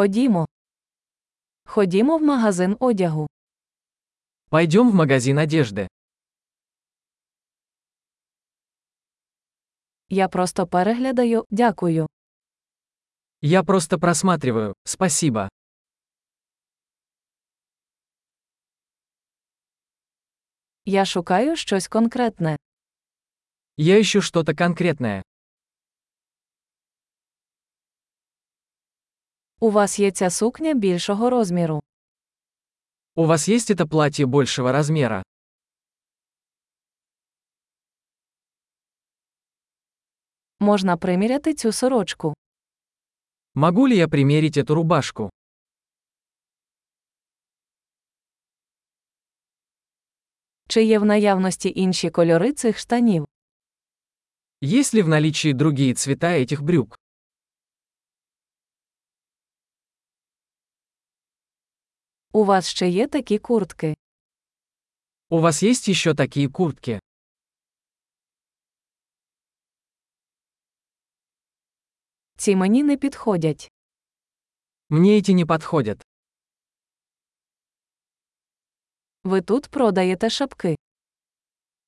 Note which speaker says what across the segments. Speaker 1: Ходімо. Ходімо в магазин одягу.
Speaker 2: Пойдем в магазин одежды.
Speaker 1: Я просто переглядаю, дякую.
Speaker 2: Я просто просматриваю, спасибо.
Speaker 1: Я шукаю щось конкретне.
Speaker 2: Я ищу что-то конкретное.
Speaker 1: У вас є ця сукня більшого розміру.
Speaker 2: У вас есть это платье большего размера?
Speaker 1: Можна приміряти цю сорочку.
Speaker 2: Могу ли я примерить эту рубашку?
Speaker 1: Чи є в наявності інші кольори цих штанів?
Speaker 2: Есть ли в наличии другие цвета этих брюк?
Speaker 1: У вас ще є такі куртки.
Speaker 2: У вас есть еще такие куртки?
Speaker 1: Ці мені не підходять.
Speaker 2: Мне эти не подходят.
Speaker 1: Ви тут продаєте шапки.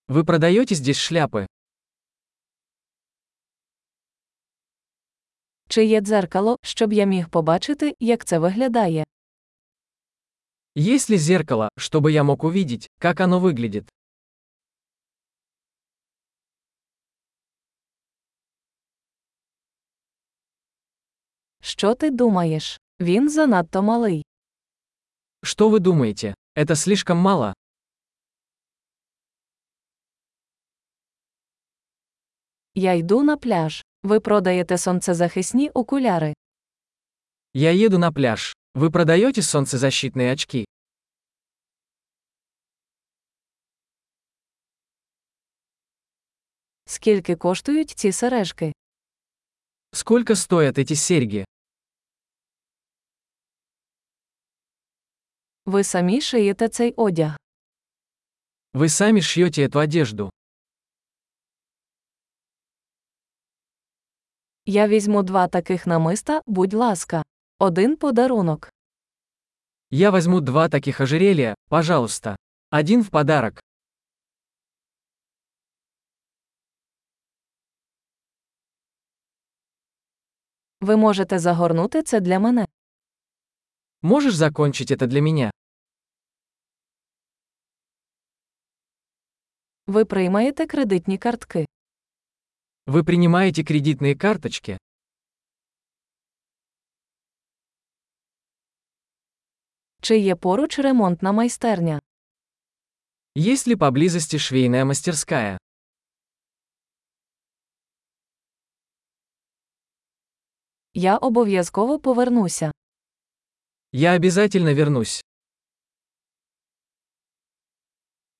Speaker 2: Вы продаете здесь шляпы?
Speaker 1: Чи є дзеркало, щоб я міг побачити, як це виглядає?
Speaker 2: Есть ли зеркало, чтобы я мог увидеть, как оно выглядит?
Speaker 1: Що ти думаєш? Він занадто малий.
Speaker 2: Что вы думаете? Это слишком мало?
Speaker 1: Я йду на пляж. Ви продаєте сонцезахисні окуляри.
Speaker 2: Я еду на пляж. Вы продаете солнцезащитные очки?
Speaker 1: Скільки коштують ці сережки?
Speaker 2: Сколько стоят эти серьги?
Speaker 1: Ви самі шиєте цей одяг.
Speaker 2: Вы сами шьете эту одежду.
Speaker 1: Я візьму два таких намиста, будь ласка. Один подарунок.
Speaker 2: Я возьму два таких ожерелья, пожалуйста. Один в подарок.
Speaker 1: Ви можете загорнути це для мене.
Speaker 2: Можешь закончить это для меня?
Speaker 1: Ви приймаєте кредитні картки.
Speaker 2: Вы принимаете кредитные карточки?
Speaker 1: Чи є поруч ремонтна майстерня?
Speaker 2: Есть ли поблизости швейная мастерская?
Speaker 1: Я обов'язково повернуся.
Speaker 2: Я обязательно вернусь.